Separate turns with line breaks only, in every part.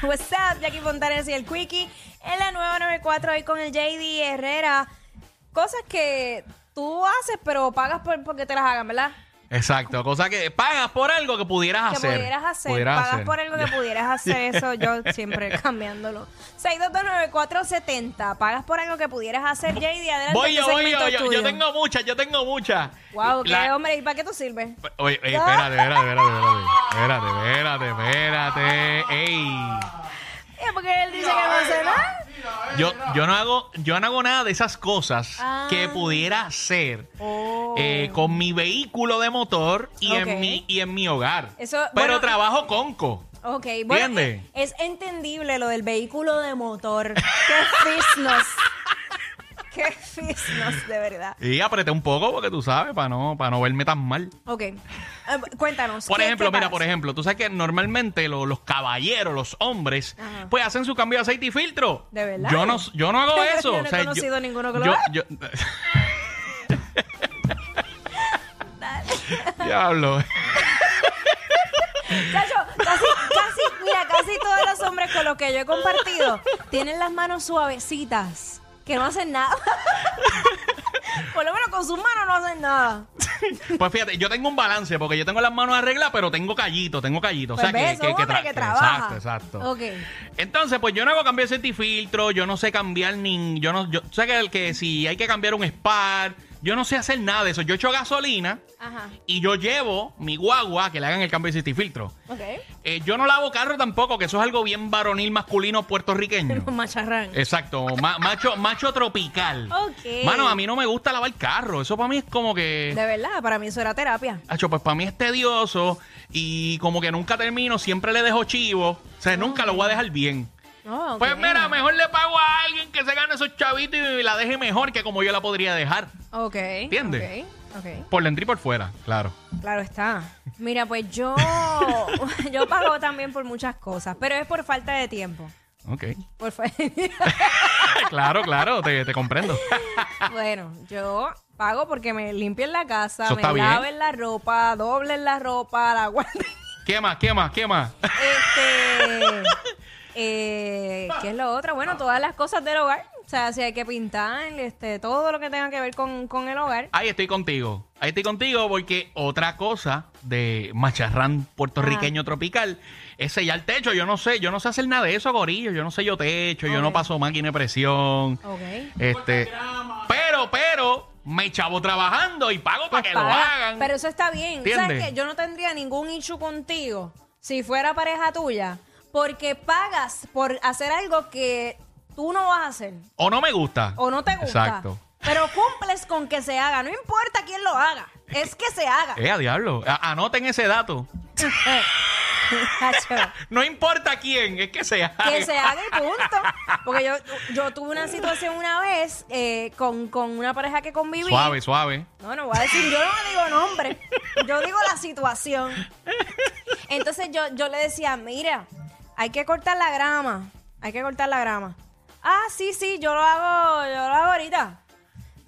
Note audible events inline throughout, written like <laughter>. What's up, Jackie Fontanes y el Quickie en la nueva 94 hoy con el JD Herrera. Cosas que tú haces pero pagas por, porque te las hagan, ¿verdad?
Exacto, cosa que pagas por algo que pudieras
Que
hacer.
pudieras hacer,
Pudieras
pagas
hacer.
por algo
<laughs>
que pudieras hacer, eso yo siempre cambiándolo. 6229470, pagas por algo que pudieras hacer, JD, adelante.
Voy
este
yo, voy
segmento
yo,
es
yo,
tuyo.
yo tengo muchas, yo tengo muchas.
Wow, qué
La- Pues,
hombre, ¿y para qué tú sirves?
Oye, oye, espérate, espérate, espérate, espérate, espérate, espérate, espérate, ey.
Eh, porque él dice que no hace nada.
Yo, yo no hago, yo no hago nada de esas cosas
Ah.
que pudiera hacer eh, con mi vehículo de motor y
Oh. Ok.
en mi, y en mi hogar.
Eso-
Pero
bueno,
trabajo conco.
Ok, bueno, eh,
¿Entiendes?
es, es entendible lo del vehículo de motor. ¡Qué fisnos!
<laughs>
¡Qué fisnos, de verdad!
Y apreté un poco porque tú sabes, para no, para no verme tan mal.
Ok, eh, cuéntanos.
Por
¿qué-
ejemplo,
qué
mira,
pasa?
por ejemplo, tú sabes que normalmente lo- los caballeros, los hombres, pues hacen su cambio de aceite y filtro.
¿De verdad?
Yo no, yo no
<laughs>
hago
Yo
eso.
no he
O sea,
conocido ninguno que lo
yo-
haga. <laughs>
yo- <laughs> Diablo.
Chacho, casi, casi, mira, casi todos los hombres con los que yo he compartido tienen las manos suavecitas, que no hacen nada. <laughs> por lo menos con sus manos no hacen nada.
Pues fíjate, yo tengo un balance porque yo tengo las manos arregladas, pero tengo callito, tengo callito.
Pues
o sea,
ves,
que,
son hombres
tra-
que trabajan.
Exacto, exacto.
Ok.
Entonces, pues yo no hago cambio de aceite y filtro, yo no sé cambiar ni. Yo no. Yo, tú sabes que, el que si hay que cambiar un spar, yo no sé hacer nada de eso. Yo echo gasolina.
Ajá.
y yo llevo mi guagua a que le hagan el cambio de aceite y filtro.
Ok.
Eh, yo no lavo carro tampoco, que eso es algo bien varonil masculino
<laughs>
puertorriqueño.
Macharrán.
Eh. Exacto, ma- macho, macho tropical.
Ok.
Mano, a mí no me gusta lavar carro, eso para mí es como que...
De verdad, para mí eso era terapia.
Acho, pues para mí es tedioso y como que nunca termino, siempre le dejo chivo, o sea, nunca lo voy a dejar bien.
Oh, ok.
Pues mira, mejor le pago a alguien que se gane esos chavitos y la deje mejor que como yo la podría dejar.
Ok.
¿Entiendes?
Ok. ok.
Por dentro y por fuera, claro.
Claro está. Mira, pues yo,
<laughs>
yo pago también por muchas cosas, pero es por falta de tiempo.
Ok. <laughs>
Por fa- <laughs>
claro, claro, te, te comprendo.
bueno, yo pago porque me limpien la casa,
Eso
me
está bien.
laven la ropa, doblen la ropa, la guarden. <laughs>
¿Qué más? ¿Qué más? ¿Qué más? <laughs>
Este, eh, ¿qué es lo otro? Bueno, todas las cosas del hogar. O sea, si hay que pintar, este, todo lo que tenga que ver con, con el hogar.
Ahí estoy contigo. Ahí estoy contigo porque otra cosa de macharrán
Ah.
puertorriqueño tropical es sellar techo. Yo no sé, yo no sé hacer nada de eso, gorillo. Yo no sé yo techo, yo no
Ok.
paso máquina de presión.
Ok.
Este, pero, pero, me chavo trabajando y pago para que lo
Pues paga.
hagan.
Pero eso está bien. ¿Sabes
¿Entiendes?
qué? Yo no tendría ningún issue contigo si fuera pareja tuya, porque pagas por hacer algo que tú no vas a hacer
O no me gusta.
o no te gusta.
Exacto.
Pero cumples con que se haga, no importa quién lo haga, es que se haga.
Eh, a diablo. A- anoten ese dato. Eh.
<laughs> Chacho,
No importa quién, es que sea.
que se haga y punto. Porque yo, yo tuve una situación una vez eh, con, con una pareja que conviví.
<laughs> Suave, suave.
No, no voy a decir, yo no digo nombre, yo digo la situación. Entonces yo, yo le decía, mira, hay que cortar la grama, hay que cortar la grama. Ah, sí, sí, yo lo hago, yo lo hago ahorita.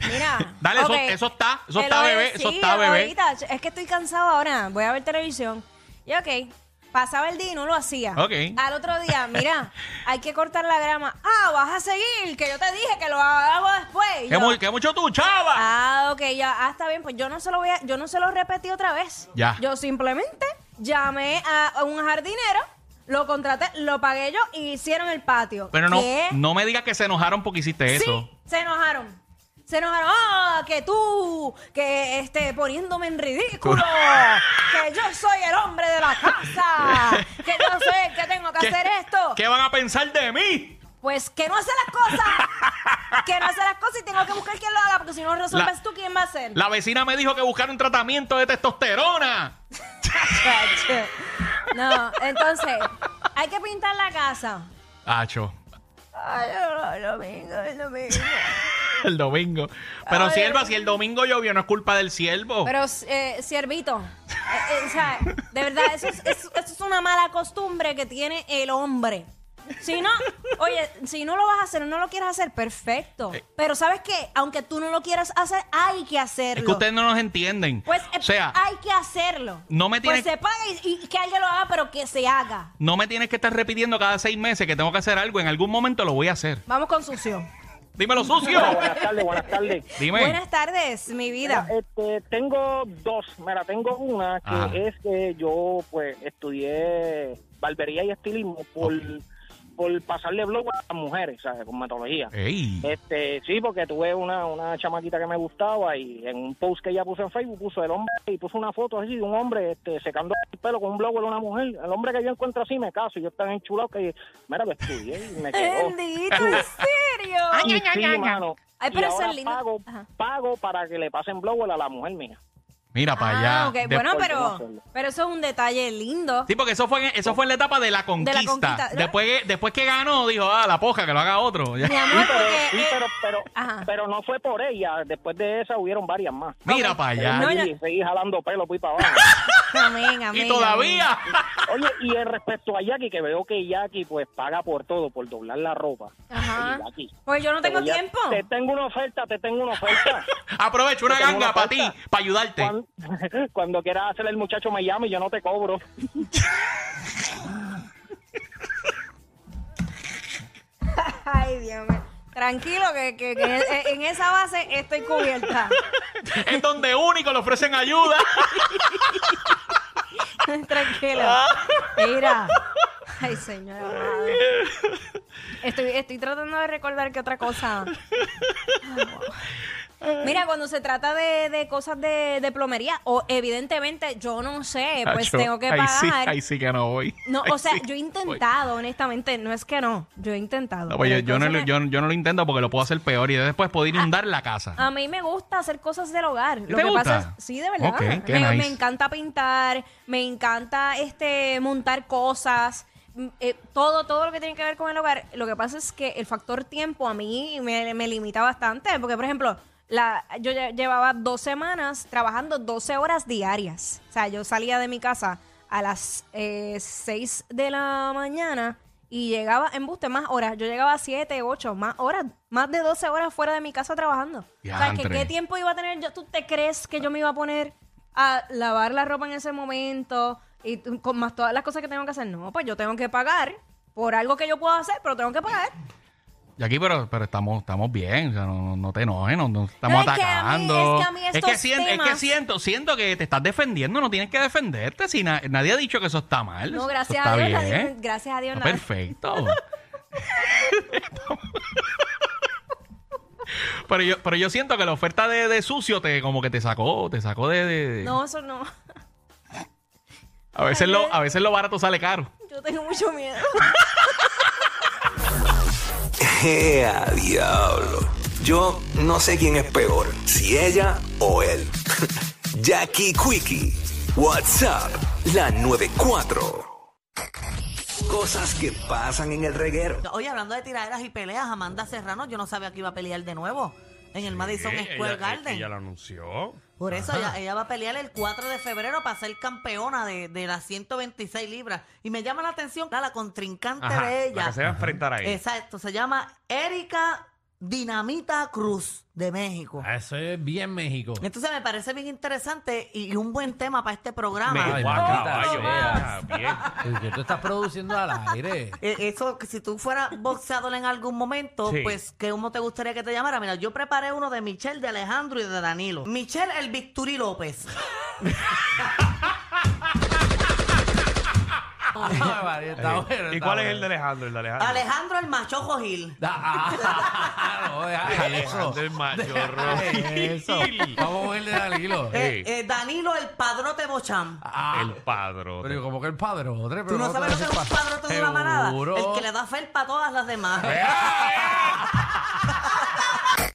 Mira.
<laughs> Dale, eso-
ok,
eso está, eso
te
está,
lo-
bebé, eso
sí,
está,
yo lo hago
bebé.
Ahorita, es que estoy cansado ahora, voy a ver televisión. Y ok, pasaba el día y no lo hacía.
Ok.
Al otro día, mira, hay que cortar la grama. Ah, vas a seguir, que yo te dije que lo hago después. Y
Que,
yo,
mu- que mucho tú, chava.
Ah, ok, ya, ah, está bien, pues yo no se lo voy a, yo no se lo repetí otra vez.
Ya.
Yo simplemente llamé a a un jardinero lo contraté, lo pagué yo y hicieron el patio.
Pero no,
¿Qué?
no me digas que se enojaron porque hiciste eso.
Sí, se enojaron. Se enojaron. ¡Ah! que tú, que este, poniéndome en
<laughs>
ridículo. que yo soy el hombre de la
<laughs>
casa. Ah, Que yo soy el que tengo que
¿Qué-
hacer esto.
¿Qué van a pensar de mí?
Pues que no hace las
<laughs>
cosas. que no hace las cosas y tengo que buscar quien lo haga porque si no resuelves
La-
tú, ¿quién va a hacer?
La vecina me dijo que buscar un tratamiento de testosterona.
no, entonces, hay que pintar la casa.
Hacho,
Ay, el domingo, el domingo.
<laughs> el domingo. Pero
Ay.
sierva, si el domingo llovió, no es culpa del siervo.
Pero, eh, siervito, eh, eh, o sea, de verdad, eso es, es- eso es una mala costumbre que tiene el hombre. Si no, oye, si no lo vas a hacer, no lo quieres hacer, perfecto.
Eh.
Pero ¿sabes qué? Aunque tú no lo quieras hacer, hay que hacerlo.
es que ustedes no nos entienden.
Pues eh,
o sea,
hay que hacerlo.
no me tiene-
Pues se paga y, y que alguien lo haga, pero que se haga.
no me tienes que estar repitiendo cada seis meses que tengo que hacer algo. En algún momento lo voy a hacer.
Vamos con sucio. <laughs>
Dímelo, sucio.
Buenas tardes, buenas
<laughs>
tardes.
Dime.
Buenas tardes, mi vida.
Mira, este, tengo dos. Mira, tengo una que
Ajá.
es que yo, pues, estudié barbería y estilismo por,
Ok. Eh.
por pasarle blog a las mujeres, ¿sabes? Con metodología.
Ey.
Eh,
Este, sí, porque tuve una, una chamaquita que me gustaba y en un post que ella puso en Facebook puso el hombre y puso una foto así de un hombre este, secando el pelo con un blower a una mujer. El hombre que yo encuentro así me caso y yo estaba enchulado que, mira, lo estudié
<laughs>
y me quedó.
<laughs> Bendito, en <laughs> serio.
Y sí, mano.
Ay,
Y
pero eso es
ahora
lindo.
Pago,
Ajá.
pago para que le pasen blower a la mujer mía.
Mira para allá.
Ah, ok.
Después-
Bueno,
no
pero,
hacerlo.
pero eso es un detalle lindo.
Sí, porque eso fue, en- eso fue en la etapa de la conquista.
conquista, ¿no?
después, que, después que ganó, dijo, ah, la poja, que lo haga otro. <laughs> Ya.
Mi
Sí,
amor,
pero,
porque...
sí,
eh,
pero, pero,
ajá.
pero no fue por ella. Después de esa hubieron varias más.
Mira para allá.
No,
Y
ya-
seguí jalando pelo, voy
<laughs>
para abajo.
amén, amén,
y todavía. <laughs>
Oye, y en respecto a Jackie, que veo que Jackie pues paga por todo, por doblar la ropa.
amén. Ajá.
Oye, Jackie,
Pues yo no
te
tengo
voy a-
tiempo.
Te tengo una oferta, te tengo
<laughs>
una oferta.
Aprovecho una
Yo tengo
ganga
una
para ti,
oferta.
para ayudarte.
cuando, <laughs> cuando quieras hacer el muchacho me llama y yo no te cobro.
Ay, Dios mío. Tranquilo, que, que- que en- en esa base estoy cubierta.
<laughs> es donde único le ofrecen ayuda.
<laughs> Tranquilo. Mira. Ay, señora. madre. Estoy, estoy tratando de recordar que otra cosa. Mira, cuando se trata de, de cosas de, de plomería, o evidentemente yo no sé, <laughs> pues
Acho,
tengo que
Ah, ahí sí,
pagar.
ahí sí que no voy.
No,
Ahí
o sea,
sí
yo he
voy.
intentado, honestamente, no es que no, yo he intentado.
No, pues yo,
pero
yo no, lo-
entonces
yo, yo no lo intento porque lo puedo hacer peor y después puedo inundar la casa.
me- A mí me gusta hacer cosas del hogar. Lo
te
que
gusta?
pasa es, sí, de verdad.
Ok, qué
me,
nice.
me encanta pintar, me encanta este montar cosas, mm, eh, todo, todo lo que tiene que ver con el hogar. Lo que pasa es que el factor tiempo a mí me, me limita bastante, porque por ejemplo, la, yo lle- llevaba dos semanas trabajando 12 horas diarias. O sea, yo salía de mi casa a las eh, 6 de la mañana y llegaba en buste más horas. Yo llegaba a 7, 8, más horas, más de 12 horas fuera de mi casa trabajando. O sea, que
Diantre.
qué tiempo iba a tener yo, ¿tú te crees que yo me iba a poner a lavar la ropa en ese momento y tú- con más todas las cosas que tengo que hacer? No, pues yo tengo que pagar por algo que yo puedo hacer, pero tengo que pagar.
Y aquí, pero, pero estamos, estamos bien, o sea, no, no- no te enojes, no, no estamos
No, es que a mí-
atacando.
es que a mí estos
sien- es que
temas-
siento, siento que te estás defendiendo, no tienes que defenderte. Si na- nadie ha dicho que eso está mal.
No,
eso
gracias
está
a Dios,
bien.
nadie- gracias a Dios,
Está
nada. <laughs>
Perfecto. pero yo, pero yo siento que la oferta de, de sucio te como que te sacó, te sacó de, de-
No, eso no. <laughs>
a veces lo, a veces lo barato sale caro.
Yo tengo mucho miedo.
<laughs> ¡Ea, Eh, diablo! Yo no sé quién es peor, si ella o él. <laughs> Jackie Quickie, WhatsApp, la 94. Cosas que pasan en el reguero.
Oye, hablando de tiraderas y peleas, Amanda Serrano, yo no sabía que iba a pelear de nuevo en el Madison
Sí,
Square
ella-
Garden.
Ella lo anunció.
Por eso ella, ella va a pelear el 4 de febrero para ser campeona de, de las 126 libras. Y me llama la atención la, la contrincante
Ajá,
de
La
ella.
que se va a enfrentar ahí.
Exacto, se llama Erika Dinamita Cruz de México.
Ah, Eso es bien México.
Entonces me parece bien interesante y, y un buen tema para este programa.
Me
Ay, maldita
caballo.
sea.
Ah, bien.
El que tú estás produciendo al aire.
Eh, Eso, que si tú fueras boxeador en algún momento,
Sí.
pues, ¿qué- ¿cómo te gustaría que te llamara? Mira, yo preparé uno de Michelle, de Alejandro y de Danilo. Michelle el
<laughs>
Victuri López.
Ah, vale, está bueno,
¿Y
está
cuál es
bueno.
el de Alejandro? El de Alejandro.
Alejandro el Machojo Gil.
Ah, <laughs> no, deja eso.
Alejandro el machorro.
Deja eso. Vamos a ver el de Danilo.
Eh, eh, Danilo el Padrote Bocham.
Ah,
El padrote.
Pero como que el padre,
¿Tú no sabes lo que es un padrote de una manada?
Seguro.
El que le da felpa a todas las demás.
¡Ea,